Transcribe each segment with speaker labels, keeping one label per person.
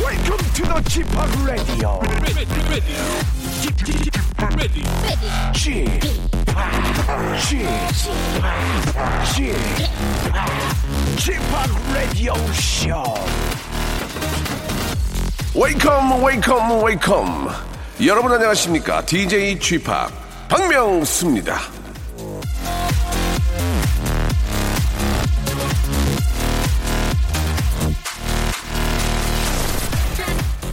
Speaker 1: Welcome to the g p o p Radio.
Speaker 2: ready, ready, ready,
Speaker 1: g p o p g p o p g p o p Radio Show.
Speaker 3: 웨이컴 웨이컴 웨이컴 여러분 안녕하십니까 DJ g p o p 박명수입니다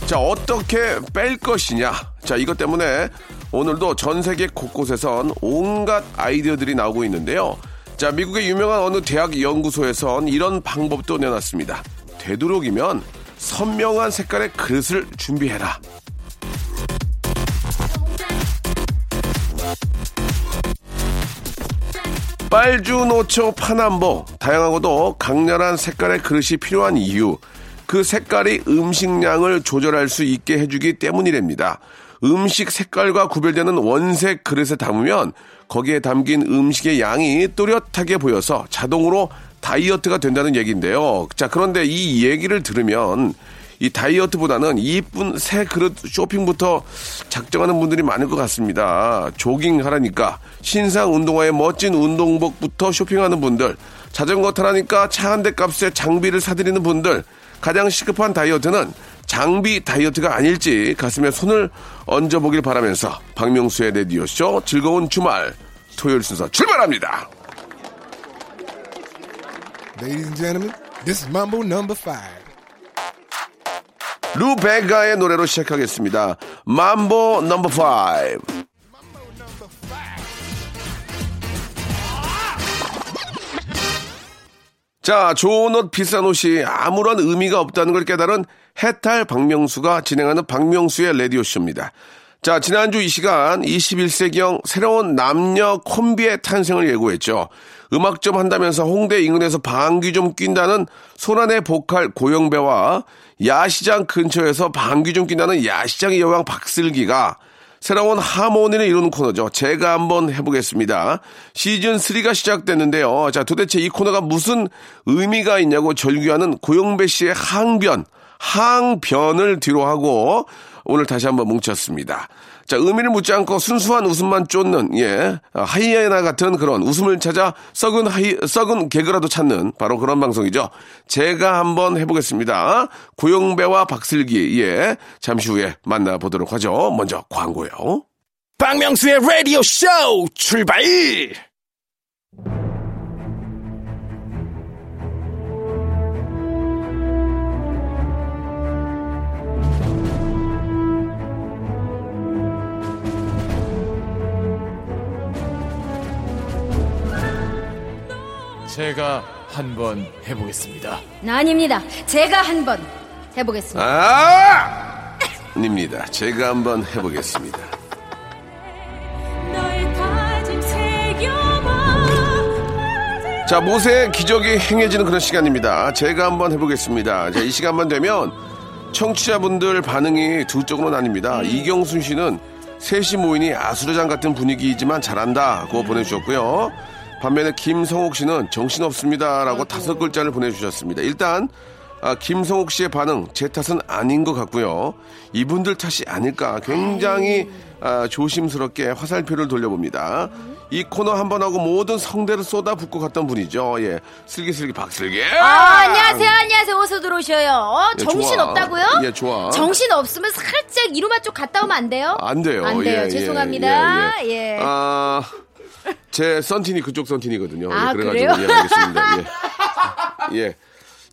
Speaker 3: 자 어떻게 뺄 것이냐 자 이것 때문에 오늘도 전 세계 곳곳에선 온갖 아이디어들이 나오고 있는데요 자 미국의 유명한 어느 대학 연구소에선 이런 방법도 내놨습니다 되도록이면 선명한 색깔의 그릇을 준비해라 빨주 노초 파남보 다양하고도 강렬한 색깔의 그릇이 필요한 이유 그 색깔이 음식량을 조절할 수 있게 해주기 때문이랍니다. 음식 색깔과 구별되는 원색 그릇에 담으면 거기에 담긴 음식의 양이 또렷하게 보여서 자동으로 다이어트가 된다는 얘기인데요. 자 그런데 이 얘기를 들으면 이 다이어트보다는 이쁜 새 그릇 쇼핑부터 작정하는 분들이 많을 것 같습니다. 조깅 하라니까 신상 운동화에 멋진 운동복부터 쇼핑하는 분들, 자전거 타라니까 차 한 대 값에 장비를 사드리는 분들, 가장 시급한 다이어트는 장비 다이어트가 아닐지 가슴에 손을 얹어보길 바라면서 박명수의 레디오쇼 즐거운 주말 토요일 순서 출발합니다.
Speaker 4: Ladies and gentlemen, this is Mambo number five.
Speaker 3: 루베가의 노래로 시작하겠습니다. 맘보 넘버 파이브. 자, 좋은 옷, 비싼 옷이 아무런 의미가 없다는 걸 깨달은 해탈 박명수가 진행하는 박명수의 라디오쇼입니다. 자, 지난주 이 시간 21세기형 새로운 남녀 콤비의 탄생을 예고했죠. 음악 좀 한다면서 홍대 인근에서 방귀 좀 낀다는 소란의 보컬 고영배와 야시장 근처에서 방귀 좀 낀다는 야시장의 여왕 박슬기가 새로운 하모니를 이루는 코너죠. 제가 한번 해보겠습니다. 시즌 3가 시작됐는데요. 자, 도대체 이 코너가 무슨 의미가 있냐고 절규하는 고영배 씨의 항변, 항변을 뒤로 하고 오늘 다시 한번 뭉쳤습니다. 자, 의미를 묻지 않고 순수한 웃음만 쫓는, 예, 아, 하이에나 같은 그런 웃음을 찾아 썩은 하이, 썩은 개그라도 찾는 바로 그런 방송이죠. 제가 한번 해보겠습니다. 고영배와 박슬기, 예, 잠시 후에 만나보도록 하죠. 먼저 광고요.
Speaker 1: 박명수의 라디오 쇼 출발!
Speaker 5: 제가 한번 해보겠습니다.
Speaker 6: 아닙니다. 제가 한번 해보겠습니다.
Speaker 3: 아! 입니다. 제가 한번 해보겠습니다.
Speaker 7: 너의 다짐 새겨봐
Speaker 3: 자, 모세의 기적이 행해지는 그런 시간입니다. 제가 한번 해보겠습니다. 자, 이 시간만 되면 청취자분들 반응이 두 쪽으로 나뉩니다. 이경순 씨는 셋이 모이니 아수라장 같은 분위기이지만 잘한다고 보내주셨고요. 반면에 김성옥 씨는 정신없습니다라고 다섯 글자를 보내주셨습니다. 일단 아, 김성옥 씨의 반응 제 탓은 아닌 것 같고요. 이분들 탓이 아닐까 굉장히 아, 조심스럽게 화살표를 돌려봅니다. 이 코너 한 번 하고 모든 성대를 쏟아붓고 갔던 분이죠. 예, 슬기슬기 박슬기.
Speaker 6: 아, 안녕하세요, 안녕하세요. 어서 들어오셔요. 어,
Speaker 3: 예,
Speaker 6: 정신
Speaker 3: 좋아.
Speaker 6: 없다고요?
Speaker 3: 예, 좋아.
Speaker 6: 정신 없으면 살짝 이루마 쪽 갔다 오면 안 돼요?
Speaker 3: 안 돼요.
Speaker 6: 안 돼요.
Speaker 3: 예, 예,
Speaker 6: 죄송합니다.
Speaker 3: 예,
Speaker 6: 예.
Speaker 3: 예. 아, 제 썬틴이 그쪽 썬틴이거든요.
Speaker 6: 아,
Speaker 3: 예,
Speaker 6: 그래요?
Speaker 3: 그래가지고 예, 알겠습니다. 예. 예.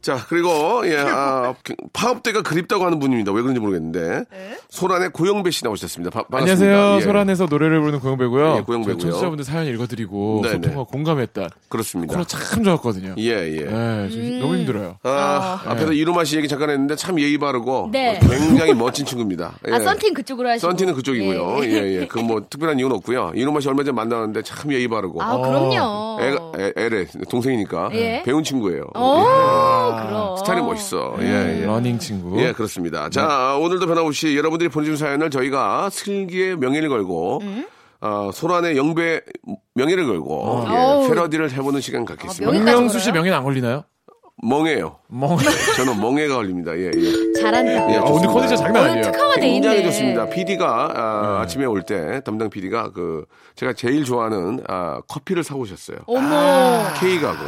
Speaker 3: 자, 그리고 예, 아, 그, 파업대가 그립다고 하는 분입니다. 왜 그런지 모르겠는데.
Speaker 6: 네.
Speaker 3: 소란의 고영배 씨 나오셨습니다. 바- 반갑습니다.
Speaker 5: 안녕하세요.
Speaker 3: 예.
Speaker 5: 소란에서 노래를 부르는 고영배고요.
Speaker 3: 예, 고영배고요.
Speaker 5: 저 청취자분들 사연 읽어드리고
Speaker 3: 네네.
Speaker 5: 소통과 공감했다.
Speaker 3: 그렇습니다.
Speaker 5: 코너 참 좋았거든요.
Speaker 3: 예, 예.
Speaker 5: 네, 저
Speaker 6: 음.
Speaker 5: 너무 힘들어요.
Speaker 3: 아, 앞에서 이루마 씨 얘기 잠깐 했는데 참 예의 바르고
Speaker 6: 네.
Speaker 3: 굉장히 멋진 친구입니다. 예.
Speaker 6: 아, 썬팅 그쪽으로 하시고.
Speaker 3: 썬틴은 그쪽이고요.
Speaker 6: 예.
Speaker 3: 예, 예. 그 뭐 특별한 이유는 없고요. 이루마 씨 얼마 전에 만나는데 참 예의 바르고
Speaker 6: 아, 그럼요.
Speaker 3: 어, 애가 애, 애래 동생이니까
Speaker 6: 어. 예.
Speaker 3: 배운 친구예요.
Speaker 6: 오,
Speaker 3: 예.
Speaker 6: 그럼.
Speaker 3: 스타일이 멋있어. 예, 예.
Speaker 5: 러닝 친구.
Speaker 3: 예, 그렇습니다. 자,
Speaker 5: 네.
Speaker 3: 오늘도 변함없이 여러분들이 보내준 사연을 저희가 슬기의 명예를 걸고,
Speaker 6: 음?
Speaker 3: 어, 소란의 영배 명예를 걸고, 예,
Speaker 6: 어우.
Speaker 3: 패러디를 해보는 시간
Speaker 6: 아,
Speaker 3: 갖겠습니다.
Speaker 6: 명예까지
Speaker 5: 박명수 씨
Speaker 6: 걸어요?
Speaker 5: 명예는 안 걸리나요?
Speaker 3: 멍해요.
Speaker 5: 멍.
Speaker 3: 저는 멍해가 걸립니다. 예, 예.
Speaker 6: 잘한다.
Speaker 3: 예,
Speaker 5: 아, 오늘
Speaker 3: 좋습니다.
Speaker 5: 컨디션 네. 장난
Speaker 6: 오늘
Speaker 5: 아니에요.
Speaker 6: 특화가 돼 있네.
Speaker 3: 굉장히 좋습니다. PD가 아, 침에 올 때 담당 PD가 그 제가 제일 좋아하는 아, 커피를 사오셨어요.
Speaker 6: 어머.
Speaker 3: K 가고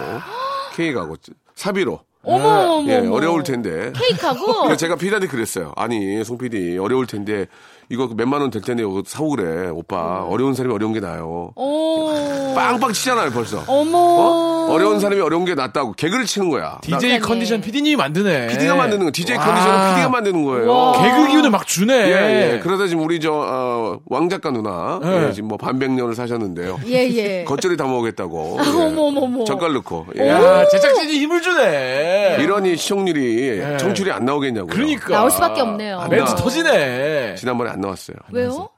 Speaker 3: K 가고 사비로.
Speaker 6: 어머, 어머.
Speaker 3: 예,
Speaker 6: 어머.
Speaker 3: 어려울 텐데. 그렇죠.
Speaker 6: 케이크하고
Speaker 3: 그래서 제가 PD한테 그랬어요. 아니 송 PD 어려울 텐데 이거 그 몇만 원 될 텐데 이거 사오 그래 오빠 어려운 사람이 어려운 게 나요.
Speaker 6: 오.
Speaker 3: 빵빵 치잖아요 벌써.
Speaker 6: 어머.
Speaker 3: 어? 어려운 사람이 어려운 게 낫다고 개그를 치는 거야. 나-
Speaker 5: DJ 컨디션 PD님이 만드네.
Speaker 3: PD가 만드는 거, DJ 컨디션은 PD가 만드는 거예요.
Speaker 6: 와.
Speaker 5: 개그 기운을 막 주네.
Speaker 3: 예, 예. 그러다 지금 우리 저, 어, 왕작가 누나.
Speaker 5: 예.
Speaker 3: 예, 지금 뭐 반백년을 사셨는데요.
Speaker 6: 예, 예.
Speaker 3: 겉절이 다 먹겠다고. 예.
Speaker 6: 어머, 어머, 어머.
Speaker 3: 젓갈 넣고. 예.
Speaker 5: 야, 제작진이 힘을 주네.
Speaker 3: 이런 이 시청률이
Speaker 5: 예.
Speaker 3: 청출이 안 나오겠냐고요.
Speaker 5: 그러니까.
Speaker 6: 나올 수밖에 없네요.
Speaker 5: 아, 멘트
Speaker 3: 나-
Speaker 5: 터지네.
Speaker 3: 지난번에 안 나왔어요.
Speaker 6: 왜요?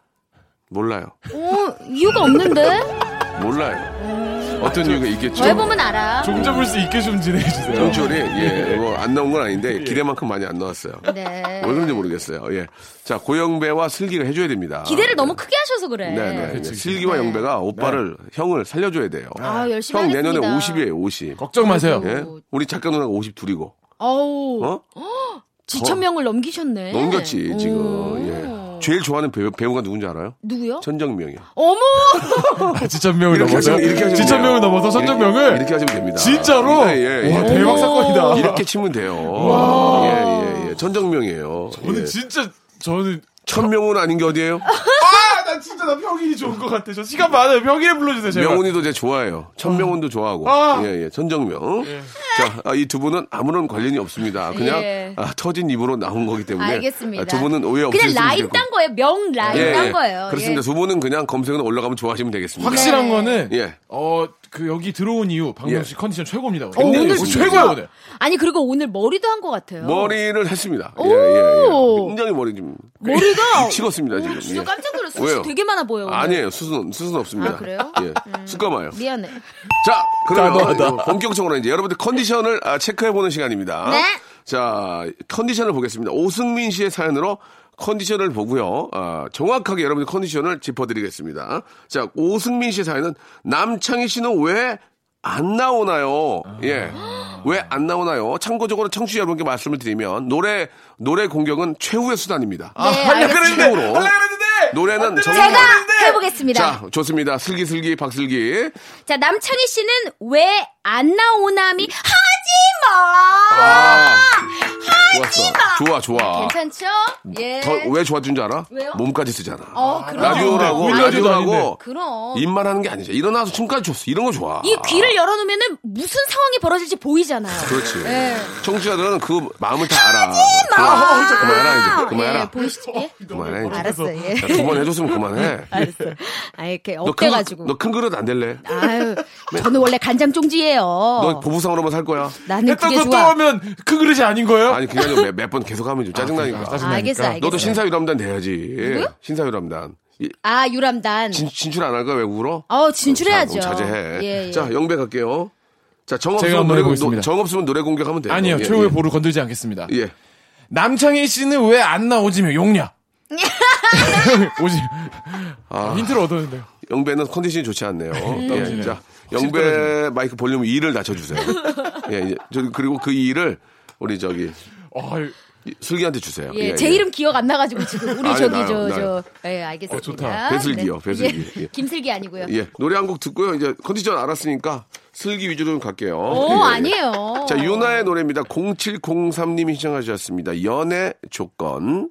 Speaker 3: 몰라요.
Speaker 6: 어, 이유가 없는데?
Speaker 3: 몰라요.
Speaker 6: 음.
Speaker 3: 어떤 이유가 있겠죠.
Speaker 6: 저 해보면 알아.
Speaker 5: 종 잡을 수 있게 좀 진행해 주세요.
Speaker 3: 청출이, 예, 뭐 안 나온 건
Speaker 5: 예.
Speaker 3: 아닌데 기대만큼 많이 안 나왔어요.
Speaker 6: 네.
Speaker 3: 왜 그런지 모르겠어요. 예. 자, 고영배와 슬기가 해줘야 됩니다.
Speaker 6: 기대를 너무 크게 하셔서 그래.
Speaker 3: 네, 네. 네. 슬기와 영배가 오빠를 형을 살려줘야 돼요.
Speaker 6: 아, 열심히
Speaker 3: 형 내년에
Speaker 6: 하겠습니다.
Speaker 3: 50이에요, 50.
Speaker 5: 걱정 마세요.
Speaker 3: 예? 우리 작가 누나가 52이고
Speaker 6: 아우.
Speaker 3: 어?
Speaker 6: 지천명을 넘기셨네.
Speaker 3: 넘겼지 지금.
Speaker 6: 오.
Speaker 3: 예. 제일 좋아하는 배우, 배우가 누군지 알아요?
Speaker 6: 누구요?
Speaker 3: 천정명이요.
Speaker 6: 어머!
Speaker 5: 아, 지천명을
Speaker 3: 이렇게
Speaker 5: 넘어서
Speaker 3: 하시면- 이렇게 하시면
Speaker 5: 지천명을
Speaker 3: 돼요.
Speaker 5: 넘어서 선정명을
Speaker 3: 이렇게, 이렇게 하시면 됩니다.
Speaker 5: 진짜로
Speaker 3: 예, 예, 예.
Speaker 5: 와 대박 사건이다.
Speaker 3: 이렇게 치면 돼요. 예, 예, 예. 천정명이에요.
Speaker 5: 저는
Speaker 3: 예.
Speaker 5: 진짜 저는
Speaker 3: 천명훈 아닌 게 어디예요?
Speaker 5: 아, 나 진짜 나 평일이 좋은 것 같아. 저 시간 많아요. 평일에 불러주세요. 제발.
Speaker 3: 명훈이도 제 좋아해요. 천명훈도 좋아하고.
Speaker 5: 아.
Speaker 3: 예, 예. 천정명. 자, 이 두 분은 아무런 관련이 없습니다. 그냥
Speaker 6: 예.
Speaker 3: 아, 터진 입으로 나온 거기 때문에.
Speaker 6: 알겠습니다.
Speaker 3: 아, 두 분은 오해 없으
Speaker 6: 그냥 라이 딴 거예요. 명 라이 딴 거예요.
Speaker 3: 그렇습니다.
Speaker 6: 예.
Speaker 3: 두 분은 그냥 검색은 올라가면 좋아하시면 되겠습니다.
Speaker 5: 확실한 거는
Speaker 3: 예.
Speaker 5: 어 그 여기 들어온 이후 박명 수
Speaker 3: 예.
Speaker 5: 컨디션 최고입니다. 오늘.
Speaker 3: 어, 오늘
Speaker 5: 오늘
Speaker 3: 진짜-
Speaker 5: 최고야 오늘.
Speaker 6: 아니, 그리고 오늘 머리도 한 것 같아요.
Speaker 3: 머리를 했습니다. 예,
Speaker 6: 오!
Speaker 3: 예, 예. 굉장히 머리 좀
Speaker 6: 머리가.
Speaker 3: 치웠습니다,
Speaker 6: 오,
Speaker 3: 지금.
Speaker 6: 진짜
Speaker 3: 예.
Speaker 6: 깜짝 놀랐어요.
Speaker 3: 왜요?
Speaker 6: 숱이 되게 많아 보여요. 오늘.
Speaker 3: 아니에요. 수순, 수순 없습니다.
Speaker 6: 아, 그래요?
Speaker 3: 예. 숯감아요.
Speaker 6: 미안해.
Speaker 3: 자, 그러면
Speaker 5: 단호하다.
Speaker 3: 본격적으로 이제 여러분들 컨디션을 아, 체크해보는 시간입니다.
Speaker 6: 네.
Speaker 3: 자, 컨디션을 보겠습니다. 오승민 씨의 사연으로 컨디션을 보고요. 아, 정확하게 여러분들 컨디션을 짚어드리겠습니다. 자, 오승민 씨의 사연은 남창희 씨는 왜 안 나오나요? 예. 왜 안 나오나요? 참고적으로 청취자 여러분께 말씀을 드리면 노래 노래 공격은 최후의 수단입니다.
Speaker 5: 아, 하려 그랬는데.
Speaker 3: 알겠습니다.
Speaker 5: 하려 그랬는데.
Speaker 3: 노래는 정말
Speaker 6: 네, 예, 제가 해보겠습니다.
Speaker 3: 자, 좋습니다. 슬기슬기 박슬기.
Speaker 6: 자, 남창희 씨는 왜 안 나오나미 하지 마!
Speaker 3: 아, 좋았어. 좋아, 좋아.
Speaker 6: 괜찮죠? 예.
Speaker 3: 더, 왜 좋아진 줄 알아?
Speaker 6: 왜요?
Speaker 3: 몸까지 쓰잖아.
Speaker 6: 어, 그럼.
Speaker 3: 라디오라고,
Speaker 5: 라디오도 아닌데.
Speaker 3: 라디오라고,
Speaker 6: 그럼.
Speaker 3: 입만 하는 게 아니죠. 일어나서 춤까지 췄어. 이런 거 좋아.
Speaker 6: 이 귀를 열어놓으면은 무슨 상황이 벌어질지 보이잖아요.
Speaker 3: 그렇지.
Speaker 6: 예.
Speaker 3: 청취자들은 그 마음을 다 알아. 어, 그만, 그만해라, 어. 이제.
Speaker 6: 예,
Speaker 3: 그만해라.
Speaker 6: 보이시죠? 예?
Speaker 3: 그만해, 이제.
Speaker 6: 알았어, 예.
Speaker 3: 두 번 해줬으면 그만해.
Speaker 6: 알았어. 아, 이렇게 업돼가지고.
Speaker 3: 너큰 그릇 안 될래?
Speaker 6: 아유, 저는 원래 간장종지예요.
Speaker 3: 너 보부상으로만 살 거야?
Speaker 6: 나는
Speaker 5: 했던
Speaker 6: 그게
Speaker 5: 거 또
Speaker 6: 좋아.
Speaker 5: 하면 그 그릇이 아닌 거예요?
Speaker 3: 아니, 그게 아니라 몇 번 계속 하면 좀 짜증나니까.
Speaker 5: 짜증나니까.
Speaker 6: 알겠어, 그러니까. 알겠어.
Speaker 3: 너도 신사유람단 돼야지. 신사유람단. 이-
Speaker 6: 아, 유람단.
Speaker 3: 진, 진출 안 할까? 왜 울어?
Speaker 6: 어, 진출해야죠.
Speaker 3: 아, 자, 자제해.
Speaker 6: 예, 예.
Speaker 3: 자, 영배 갈게요. 자, 정
Speaker 5: 제가
Speaker 3: 없으면
Speaker 5: 한번
Speaker 3: 노래
Speaker 5: 해보겠습니다.
Speaker 3: 공- 정 없으면 노래 공격하면 돼요.
Speaker 5: 아니요
Speaker 3: 예,
Speaker 5: 최후의
Speaker 3: 예.
Speaker 5: 보루 건들지 않겠습니다.
Speaker 3: 예.
Speaker 5: 남창희 씨는 왜 안 나오지며 용냐? 오지. 아, 힌트를 얻었는데요.
Speaker 3: 영배는 컨디션이 좋지 않네요. 예.
Speaker 5: 떨어지네.
Speaker 3: 자, 영배 마이크 볼륨 2를 낮춰주세요. 예, 이제 저 그리고 그 2를 우리 저기
Speaker 5: 아,
Speaker 3: 이- 슬기한테 주세요.
Speaker 6: 예, 제 이름 기억 안 나가지고 지금 우리
Speaker 3: 아니,
Speaker 6: 저기
Speaker 3: 나요,
Speaker 6: 저
Speaker 3: 나요.
Speaker 6: 저 예 알겠습니다.
Speaker 5: 어, 좋다.
Speaker 3: 배슬기요, 배슬기. 예.
Speaker 6: 예. 김슬기 아니고요.
Speaker 3: 예, 노래 한 곡 듣고요. 이제 컨디션 알았으니까 슬기 위주로 좀 갈게요.
Speaker 6: 오
Speaker 3: 예, 예.
Speaker 6: 아니에요.
Speaker 3: 자, 유나의 노래입니다. 0703님이 신청하셨습니다. 연애 조건.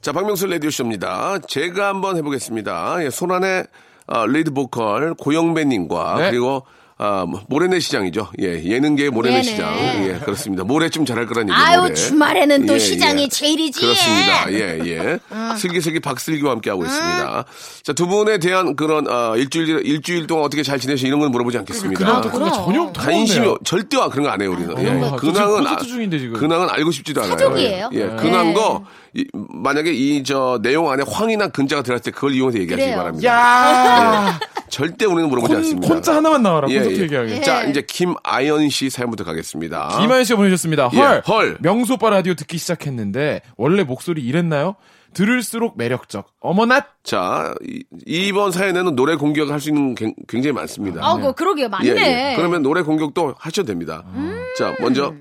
Speaker 3: 자, 박명수 레디오쇼입니다. 제가 한번 해보겠습니다. 예, 소란의 아, 레이드 보컬 고영배님과
Speaker 5: 네.
Speaker 3: 그리고 아, 모래내 시장이죠. 예, 예능계의 모래내
Speaker 6: 네네.
Speaker 3: 시장. 예, 그렇습니다. 모래 좀 잘할 거란 얘기예요.
Speaker 6: 아유
Speaker 3: 모레.
Speaker 6: 주말에는 또
Speaker 3: 예,
Speaker 6: 시장이
Speaker 3: 예.
Speaker 6: 제일이지. 음.
Speaker 3: 그렇습니다. 예, 예. 슬기슬기 박슬기와 함께하고 있습니다. 자, 두 분에 대한 그런, 아, 일주일, 일주일 동안 어떻게 잘 지내시 이런 건 물어보지 않겠습니다.
Speaker 5: 아, 근황도 그런
Speaker 6: 그럼.
Speaker 5: 거 전혀
Speaker 3: 아, 관심이,
Speaker 5: 없네요.
Speaker 3: 없- 절대 와, 그런 거 안 해요, 우리는. 예.
Speaker 5: 거.
Speaker 3: 근황은,
Speaker 5: 저 지금 콘서트 중인데, 지금.
Speaker 3: 근황은 알고 싶지도 않아요.
Speaker 6: 사족이에요.
Speaker 3: 예.
Speaker 6: 네.
Speaker 3: 근황도, 이- 만약에 이, 저, 내용 안에 황이나 근자가 들어갔을 때 그걸 이용해서 얘기하시기
Speaker 6: 그래요.
Speaker 3: 바랍니다.
Speaker 5: 야.
Speaker 3: 절대 우리는 아, 물어보지
Speaker 5: 콘,
Speaker 3: 않습니다.
Speaker 5: 콘자 하나만 나와라.
Speaker 3: 예,
Speaker 5: 콘서트
Speaker 3: 예.
Speaker 5: 얘기하게.
Speaker 3: 자,
Speaker 6: 예.
Speaker 3: 이제 김아연 씨 사연부터 가겠습니다.
Speaker 5: 이만 씨가 보내주셨습니다.
Speaker 3: 예,
Speaker 5: 헐,
Speaker 3: 헐.
Speaker 5: 명수 오빠 라디오 듣기 시작했는데 원래 목소리 이랬나요? 들을수록 매력적. 어머나
Speaker 3: 자, 이, 이번 사연에는 노래 공격을 할 수 있는 게- 굉장히 많습니다.
Speaker 6: 아, 그 그러게요. 맞네. 음.
Speaker 3: 예, 예. 그러면 노래 공격도 하셔도 됩니다. 자, 먼저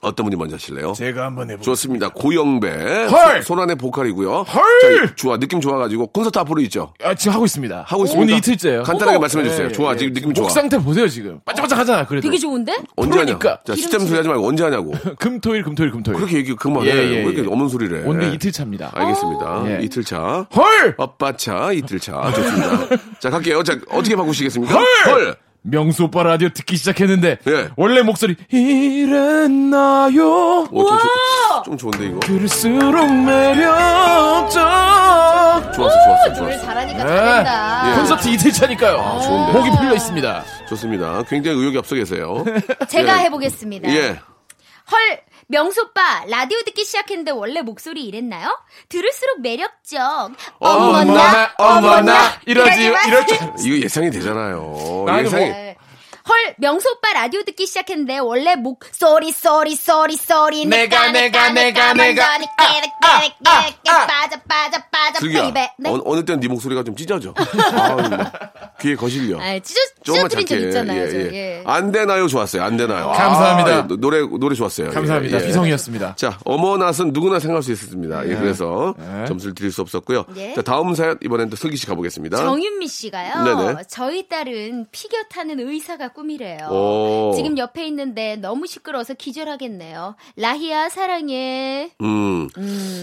Speaker 3: 어떤 분이 먼저 하실래요?
Speaker 5: 제가 한번 해보.
Speaker 3: 좋습니다. 고영배.
Speaker 5: 헐!
Speaker 3: 소- 소란의 보컬이고요.
Speaker 5: 헐!
Speaker 3: 자, 좋아. 느낌 좋아가지고 콘서트 앞으로 있죠.
Speaker 5: 아, 지금 하고 있습니다.
Speaker 3: 하고 있습니까?
Speaker 5: 오늘 이틀째예요.
Speaker 6: 어,
Speaker 3: 간단하게 말씀해 주세요.
Speaker 5: 예,
Speaker 3: 좋아.
Speaker 5: 예.
Speaker 3: 지금 느낌 좋아.
Speaker 5: 목 상태 보세요 지금. 반짝반짝하잖아. 그래도.
Speaker 6: 되게 좋은데?
Speaker 3: 언제
Speaker 5: 그러니까.
Speaker 3: 하냐? 자, 시점 소리 하지 말고 언제 하냐고.
Speaker 5: 금토일 금토일 금토일.
Speaker 3: 그렇게 얘기 그만해.
Speaker 5: 예, 예,
Speaker 3: 왜 이렇게
Speaker 5: 예.
Speaker 3: 엄한 소리를 해.
Speaker 5: 오늘 이틀 차입니다.
Speaker 3: 알겠습니다.
Speaker 5: 예.
Speaker 3: 이틀 차.
Speaker 5: 헐!
Speaker 3: 아빠 차, 이틀 차. 좋습니다. 자, 갈게요. 자, 어떻게 바꾸시겠습니까? 헐!
Speaker 5: 명수 오빠 라디오 듣기 시작했는데
Speaker 3: 예.
Speaker 5: 원래 목소리 이랬나요?
Speaker 3: 오, 뭐 좀, 좋- 좀 좋은데, 이거.
Speaker 5: 들을수록 매력적.
Speaker 3: 좋았어, 좋았어,
Speaker 6: 노래
Speaker 3: 좋았어.
Speaker 6: 잘하니까
Speaker 5: 네.
Speaker 6: 잘한다.
Speaker 5: 콘서트 이틀 차니까요.
Speaker 3: 좋은데.
Speaker 5: 목이 풀려 있습니다.
Speaker 3: 좋습니다. 굉장히 의욕이 앞서 계세요.
Speaker 6: 제가
Speaker 3: 예.
Speaker 6: 해보겠습니다.
Speaker 3: 예.
Speaker 6: 헐, 명소빠, 라디오 듣기 시작했는데 원래 목소리 이랬나요? 들을수록 매력적.
Speaker 5: 어머나, 어머나, 아, 이러지,
Speaker 6: 아, 이러지 마.
Speaker 5: 이럴 줄.
Speaker 3: 이거 예상이 되잖아요.
Speaker 5: 나는
Speaker 3: 예상이.
Speaker 5: 뭐-
Speaker 6: 헐, 명소빠 라디오 듣기 시작했는데 원래 목소리, 쏘리, 쏘리, 쏘리.
Speaker 5: 내가, 내가, 내가, 내가. 아, 아, 아.
Speaker 6: 빠져, 빠져, 빠져,
Speaker 3: 슬기야,
Speaker 6: 베이베. 네?
Speaker 3: 어, 어느 때는 네 목소리가 좀 찢어져. 아우, 막 귀에 거실려.
Speaker 6: 아, 찢어,
Speaker 3: 조금만
Speaker 6: 찢어뜨린 적
Speaker 3: 작게.
Speaker 6: 있잖아요.
Speaker 3: 예,
Speaker 6: 저,
Speaker 3: 예.
Speaker 6: 예.
Speaker 3: 안 되나요? 좋았어요. 안 되나요?
Speaker 5: 감사합니다.
Speaker 3: 아, 노래, 노래 좋았어요. 예,
Speaker 5: 감사합니다.
Speaker 3: 예.
Speaker 5: 비성이었습니다.
Speaker 3: 자, 어머낫은 누구나 생각할 수 있었습니다. 예, 그래서
Speaker 5: 예.
Speaker 3: 점수를 드릴 수 없었고요.
Speaker 6: 예.
Speaker 3: 자, 다음 사연 이번엔 또 슬기 씨 가보겠습니다.
Speaker 6: 정윤미 씨가요.
Speaker 3: 네네.
Speaker 6: 저희 딸은 피겨 타는 의사가 꿈이래요.
Speaker 3: 오.
Speaker 6: 지금 옆에 있는데 너무 시끄러워서 기절하겠네요. 라희야 사랑해.
Speaker 3: 음.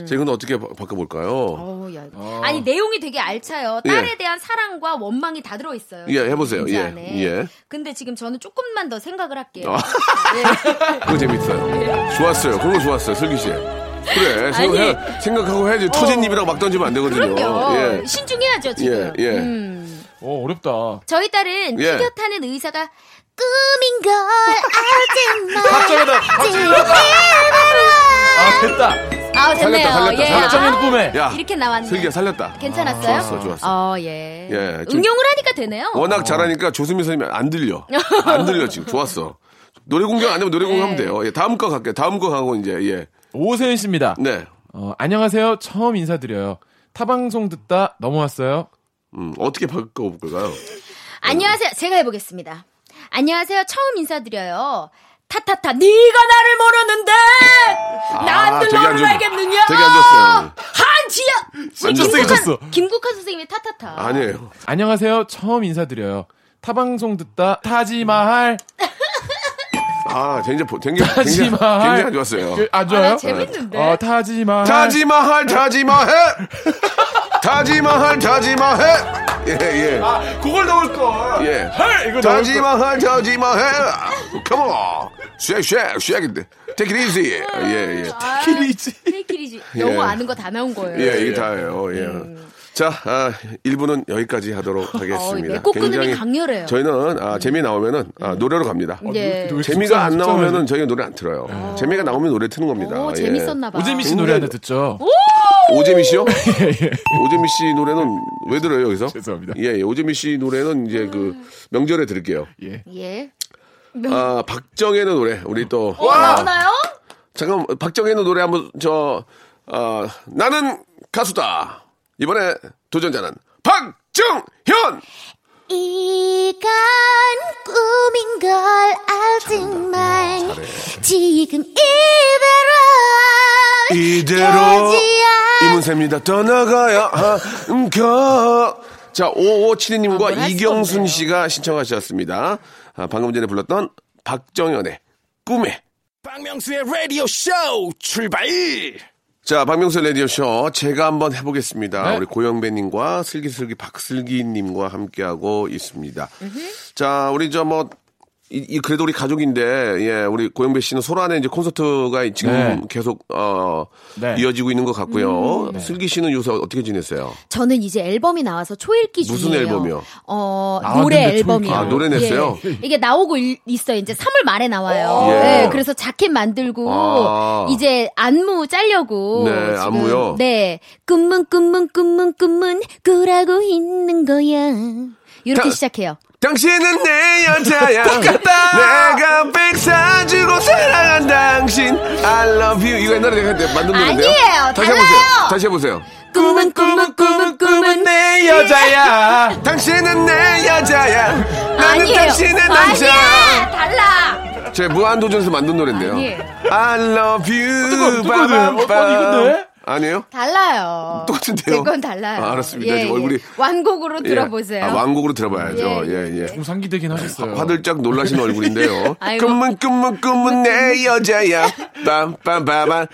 Speaker 3: 자, 이건 어떻게 바, 꿔볼까요
Speaker 6: 어우, 야. 아니 내용이 되게 알차요. 딸에 대한 사랑과 원망이 다 들어 있어요.
Speaker 3: 예, 해보세요.
Speaker 6: 문제
Speaker 3: 예,
Speaker 6: 안에.
Speaker 3: 예.
Speaker 6: 근데 지금 저는 조금만 더 생각을 할게요. 예.
Speaker 3: 아. 그거 재밌어요. 좋았어요. 그거 좋았어요. 슬기 씨. 그래. 생각해, 생각하고 해야지. 터진 입이랑 막 던지면 안 되거든요.
Speaker 6: 어. 그럼요.
Speaker 3: 예.
Speaker 6: 신중해야죠
Speaker 3: 예,
Speaker 6: 지금. 음.
Speaker 3: 예.
Speaker 5: 오, 어렵다.
Speaker 6: 저희 딸은
Speaker 3: 예.
Speaker 6: 피겨 타는 의사가 꿈인 걸 알지만
Speaker 5: 박정현다, 박정현다. 아, 됐다.
Speaker 6: 아 됐네요.
Speaker 3: 살렸다, 살렸다,
Speaker 6: 예.
Speaker 3: 살렸다.
Speaker 5: 박정현 꿈에.
Speaker 3: 야.
Speaker 6: 이렇게 나왔네.
Speaker 3: 슬기야, 살렸다.
Speaker 6: 괜찮았어요?
Speaker 3: 좋았어, 좋았어.
Speaker 6: 어, 예.
Speaker 3: 예, 좀-
Speaker 6: 응용을 하니까 되네요.
Speaker 3: 워낙 잘하니까 조수민 선생님이 안 들려. 안 들려, 지금. 좋았어. 노래 공격 안 되면 노래 공격하면
Speaker 6: 네.
Speaker 3: 돼요. 예, 다음 거 갈게요. 다음 거 가고 이제, 예.
Speaker 5: 오세윤 씨입니다.
Speaker 3: 네.
Speaker 5: 어, 안녕하세요. 처음 인사드려요. 타방송 듣다 넘어왔어요.
Speaker 3: 음, 어떻게 바꿔볼까요?
Speaker 6: 안녕하세요. 제가 해보겠습니다. 안녕하세요. 처음 인사드려요. 타타타, 네가 나를 모르는데
Speaker 3: 아,
Speaker 6: 나한테
Speaker 3: 되게 안
Speaker 6: 너를
Speaker 3: 좋네.
Speaker 6: 알겠느냐?
Speaker 3: 되게 안 좋았어요.
Speaker 6: 한지야.
Speaker 5: 완전 세게 쳤어.
Speaker 6: 김국환 선생님의 타타타.
Speaker 3: 아니에요.
Speaker 5: 안녕하세요. 처음 인사드려요. 타방송 듣다 타지마할
Speaker 3: 아, 굉장히, 보- 굉장히, 굉장히,
Speaker 5: 타지마할
Speaker 3: 굉장히 안 좋았어요.
Speaker 5: 그, 안
Speaker 6: 아,
Speaker 5: 좋아요?
Speaker 6: 나 재밌는데.
Speaker 5: 어, 타지마할
Speaker 3: 타지마할, 타지마해! 타지마할, 타지마해! 예, 예.
Speaker 5: 아, 그걸 넣을걸
Speaker 3: 예.
Speaker 5: 헐 이거 넣을 걸.
Speaker 3: 타지마할, 타지마해! Come on! 쉐, 쉐, 쉐. Take it easy. 예, 예.
Speaker 5: 길이지.
Speaker 6: 페이키리지. 너무
Speaker 3: 예.
Speaker 6: 아, 아는 거 다 나온 거예요.
Speaker 3: 예, 이게 다예요. 예. 자, 아, 1부는 여기까지 하도록 하겠습니다.
Speaker 6: 맺고 어, 끊음이 강렬해요.
Speaker 3: 저희는 아, 재미 나오면은 아, 노래로 갑니다.
Speaker 6: 예.
Speaker 5: 왜 이렇게
Speaker 3: 재미가 안
Speaker 5: 속상하지?
Speaker 3: 나오면은 저희가 노래 안 틀어요. 재미가 나오면 노래 트는 겁니다.
Speaker 6: 아. 오,
Speaker 3: 예.
Speaker 6: 재밌었나 봐.
Speaker 5: 오재미 씨
Speaker 3: 굉장히-
Speaker 5: 노래 하나 듣죠.
Speaker 3: 오재미 씨요? 오재미 씨 노래는 왜 들어요, 여기서?
Speaker 5: 예, 죄송합니다.
Speaker 3: 예, 예. 오재미 씨 노래는 이제 그 명절에 들을게요.
Speaker 6: 예.
Speaker 3: 아, 박정현의 노래. 우리 또 아,
Speaker 6: 어, 나오나요?
Speaker 3: 잠깐 박정현의 노래 한번 저 아, 나는 가수다. 이번에 도전자는 박정현.
Speaker 7: 이건 꿈인 걸 알지만 지금 이대로
Speaker 3: 이대로
Speaker 7: 깨지야.
Speaker 3: 이문세입니다. 떠나가야 한가. 자, 5572님과
Speaker 6: 할 수가
Speaker 3: 이경순
Speaker 6: 없네요.
Speaker 3: 씨가 신청하셨습니다. 아, 방금 전에 불렀던 박정현의 꿈에.
Speaker 1: 박명수의 라디오 쇼 출발!
Speaker 3: 자, 박명수 라디오쇼 제가 한번 해보겠습니다.
Speaker 5: 네.
Speaker 3: 우리 고영배님과 슬기슬기 박슬기님과 함께하고 있습니다. 자, 우리 저 뭐, 이, 이 그래도 우리 가족인데, 예, 우리 고영배 씨는 소란에 이제 콘서트가 지금
Speaker 5: 네.
Speaker 3: 계속, 어,
Speaker 5: 네. 음,
Speaker 3: 이어지고 있는 것 같고요. 슬기 씨는 요새 어떻게 지냈어요?
Speaker 6: 저는 이제 앨범이 나와서 초읽기 중이에요.
Speaker 3: 무슨 앨범이요?
Speaker 6: 어,
Speaker 5: 나왔는데
Speaker 6: 노래
Speaker 5: 초읽기.
Speaker 6: 앨범이요.
Speaker 3: 아, 노래 냈어요?
Speaker 6: 예. 이게 나오고 일- 있어요. 이제 3월 말에 나와요.
Speaker 3: 예.
Speaker 6: 네, 그래서 자켓 만들고
Speaker 3: 아.
Speaker 6: 이제 안무 짜려고
Speaker 3: 네,
Speaker 6: 지금
Speaker 3: 안무요?
Speaker 6: 네. 꿈문 꿈문 꿈문 꿈문 꾸라고 있는 거야. 이렇게
Speaker 3: 다-
Speaker 6: 시작해요.
Speaker 3: 당신은 내 여자야. 내가 백사주고 사랑한 당신. I love you. 이거 옛날에 내가 했는데 만든 노래인데요.
Speaker 6: 아니에요.
Speaker 3: 다시 해보세요.
Speaker 6: 달라요.
Speaker 3: 다시 해보세요.
Speaker 6: 꿈은 꿈은 꿈은 꿈은
Speaker 3: 내 여자야. 당신은 내 여자야. 나는
Speaker 6: 아니에요.
Speaker 3: 당신의 남자.
Speaker 6: 아니야. 달라.
Speaker 3: 제 무한도전에서 만든 노래인데요.
Speaker 6: 아니에요.
Speaker 3: I love you.
Speaker 5: 뜨거워, 뜨거워, 어, 뜨거워.
Speaker 3: 빠밤빰.
Speaker 5: 아니, 근데?
Speaker 3: 아니에요?
Speaker 6: 달라요.
Speaker 3: 똑같은데요?
Speaker 6: 제건 달라요. 예,
Speaker 3: 아, 알았습니다. 지금 얼굴이-
Speaker 6: 완곡으로
Speaker 3: 예.
Speaker 6: 들어보세요.
Speaker 3: 아, 왕곡으로 들어봐야죠.
Speaker 6: 예,
Speaker 3: 예, 예.
Speaker 5: 좀 상기되긴 하셨어요.
Speaker 3: 화들짝 놀라신 얼굴인데요.
Speaker 6: 아이고.
Speaker 3: 꿈은 꿈은 꿈은 내 여자야. 빰빰빰빰.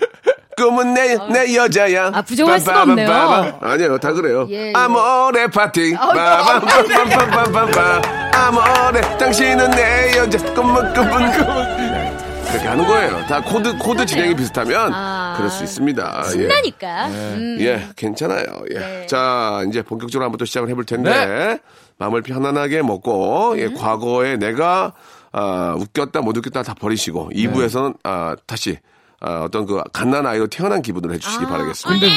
Speaker 3: 꿈은 내, 내 여자야.
Speaker 6: 어. 아, 부정할 수가 없네요.
Speaker 3: 빰빰빰빰. 아니에요. 다 그래요.
Speaker 6: 예, 어, 네. 예.
Speaker 3: 아모레 파티.
Speaker 6: 아우,
Speaker 3: 빰빰빰빰빰빰빰. 아모레 당신은 내 여자. 꿈은 꿈은 꿈은. 네, 그렇게 하는 거예요. 다 코드, 코드 진행이 비슷하면
Speaker 6: 아.
Speaker 3: 그럴 수 있습니다. 예.
Speaker 6: 신나니까. 음.
Speaker 3: 예, 괜찮아요. 예.
Speaker 6: 네.
Speaker 3: 자, 이제 본격적으로 한번 또 시작을 해볼 텐데
Speaker 5: 네.
Speaker 3: 마음을 편안하게 먹고 예, 과거에 내가 아, 웃겼다 못 웃겼다 다 버리시고 2부에서는 아, 다시 아, 어떤 그 갓난 아이로 태어난 기분으로 해주시기 바라겠습니다.
Speaker 5: 근데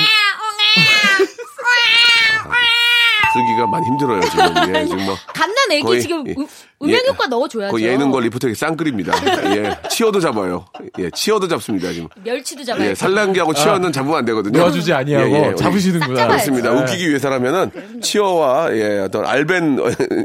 Speaker 3: 쓰기가 많이 힘들어요 지금. 예, 지금 뭐
Speaker 6: 갓난 애기
Speaker 3: 거의-
Speaker 6: 지금
Speaker 3: 예.
Speaker 6: 음- 음향
Speaker 3: 예.
Speaker 6: 효과 넣어줘야죠.
Speaker 3: 거의 예능과 리포트의 쌍끌입니다. 예, 치어도 잡아요. 예, 치어도 잡습니다 지금.
Speaker 6: 멸치도 잡아요.
Speaker 3: 예, 산란기하고 치어는 잡으면 안 되거든요.
Speaker 5: 도와주지 아니하고
Speaker 3: 예, 예, 우리-
Speaker 5: 잡으시는구나.
Speaker 6: 싹 잡아야죠.
Speaker 3: 맞습니다. 웃기기 위해서라면은 치어와 예 어떤 알벤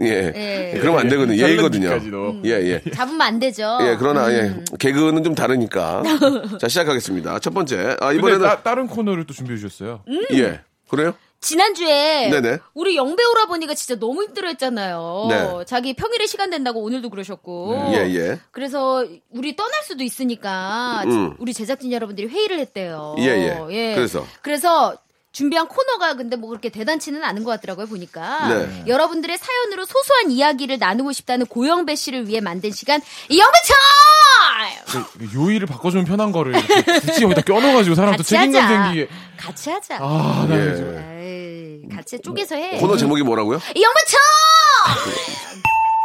Speaker 3: 예,
Speaker 6: 예.
Speaker 3: 그러면 안 되거든요. 예의거든요.
Speaker 5: 잘라기까지도.
Speaker 3: 예 예.
Speaker 6: 잡으면 안 되죠.
Speaker 3: 예 그러나
Speaker 6: 음.
Speaker 3: 예 개그는 좀 다르니까 자 시작하겠습니다. 첫 번째 아
Speaker 5: 네. 근데 음.
Speaker 3: 이번에는
Speaker 5: 따- 다른 코너를 또 준비해 주셨어요.
Speaker 6: 음?
Speaker 3: 예 그래요?
Speaker 6: 지난주에
Speaker 3: 네네.
Speaker 6: 우리 영배 오라버니가 진짜 너무 힘들어했잖아요.
Speaker 3: 네.
Speaker 6: 자기 평일에 시간 된다고 오늘도 그러셨고.
Speaker 3: 예 예.
Speaker 6: 그래서 우리 떠날 수도 있으니까
Speaker 3: 음.
Speaker 6: 우리 제작진 여러분들이 회의를 했대요.
Speaker 3: 예, 예. 그래서?
Speaker 6: 그래서 준비한 코너가 근데 뭐 그렇게 대단치는 않은 것 같더라고요 보니까
Speaker 3: 네.
Speaker 6: 여러분들의 사연으로 소소한 이야기를 나누고 싶다는 고영배 씨를 위해 만든 시간 영배철
Speaker 5: 그 요일을 바꿔주면 편한 거를 이렇게 굳이 여기다 껴넣어가지고 사람도
Speaker 6: 같이
Speaker 5: 책임감
Speaker 6: 하자
Speaker 5: 생기게.
Speaker 6: 같이 하자
Speaker 5: 아, 나 이제
Speaker 3: 예.
Speaker 6: 에이, 같이 쪼개서 해
Speaker 3: 코너 제목이 뭐라고요?
Speaker 6: 영배철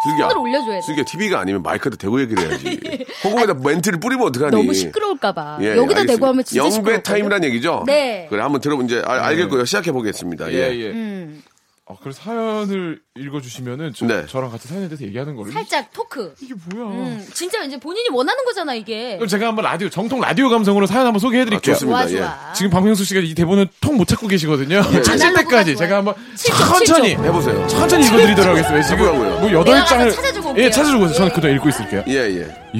Speaker 3: 슬기야.
Speaker 6: 손을 올려줘야 돼.
Speaker 3: 슬기야 TV가 아니면 마이크한테 대고 얘기를 해야지. 허공에다 멘트를 뿌리면 어떡하니?
Speaker 6: 너무 시끄러울까봐
Speaker 3: 예, 예,
Speaker 6: 여기다
Speaker 3: 알겠습니다.
Speaker 6: 대고 하면 진짜
Speaker 3: 영배
Speaker 6: 시끄러울
Speaker 3: 타임이란 얘기죠?
Speaker 6: 네.
Speaker 3: 그래 한번 들어보 이제 알, 알겠고요. 시작해 보겠습니다.
Speaker 5: 네. 예,
Speaker 3: 예.
Speaker 5: 예.
Speaker 6: 음.
Speaker 5: 아, 그럼 사연을 읽어주시면은 저,
Speaker 3: 네.
Speaker 5: 저랑 같이 사연에 대해서 얘기하는 거예요.
Speaker 6: 살짝 토크
Speaker 5: 이게 뭐야.
Speaker 6: 음, 진짜 이제 본인이 원하는 거잖아 이게
Speaker 5: 그럼 제가 한번 라디오, 정통 라디오 감성으로 사연 한번
Speaker 3: 아,
Speaker 5: 소개해드릴게요.
Speaker 3: 좋습니다.
Speaker 6: 좋아
Speaker 3: 예.
Speaker 6: 좋아
Speaker 5: 지금 박명수 씨가 이 대본을 통 못 찾고 계시거든요. 찾을
Speaker 6: 아날로그가
Speaker 5: 때까지
Speaker 6: 좋아요.
Speaker 5: 제가 한번
Speaker 6: 칠점,
Speaker 5: 천천히
Speaker 6: 칠점.
Speaker 3: 해보세요.
Speaker 5: 천천히 읽어드리도록 하겠습니다. 지금
Speaker 3: 해보라고요.
Speaker 5: 뭐
Speaker 6: 내가
Speaker 5: 여덟
Speaker 6: 가서
Speaker 5: 장을
Speaker 6: 찾아주고 올게요.
Speaker 5: 예 찾아주고 오세요. 저는
Speaker 6: 예.
Speaker 5: 그동안 읽고 있을게요.
Speaker 3: 예 예.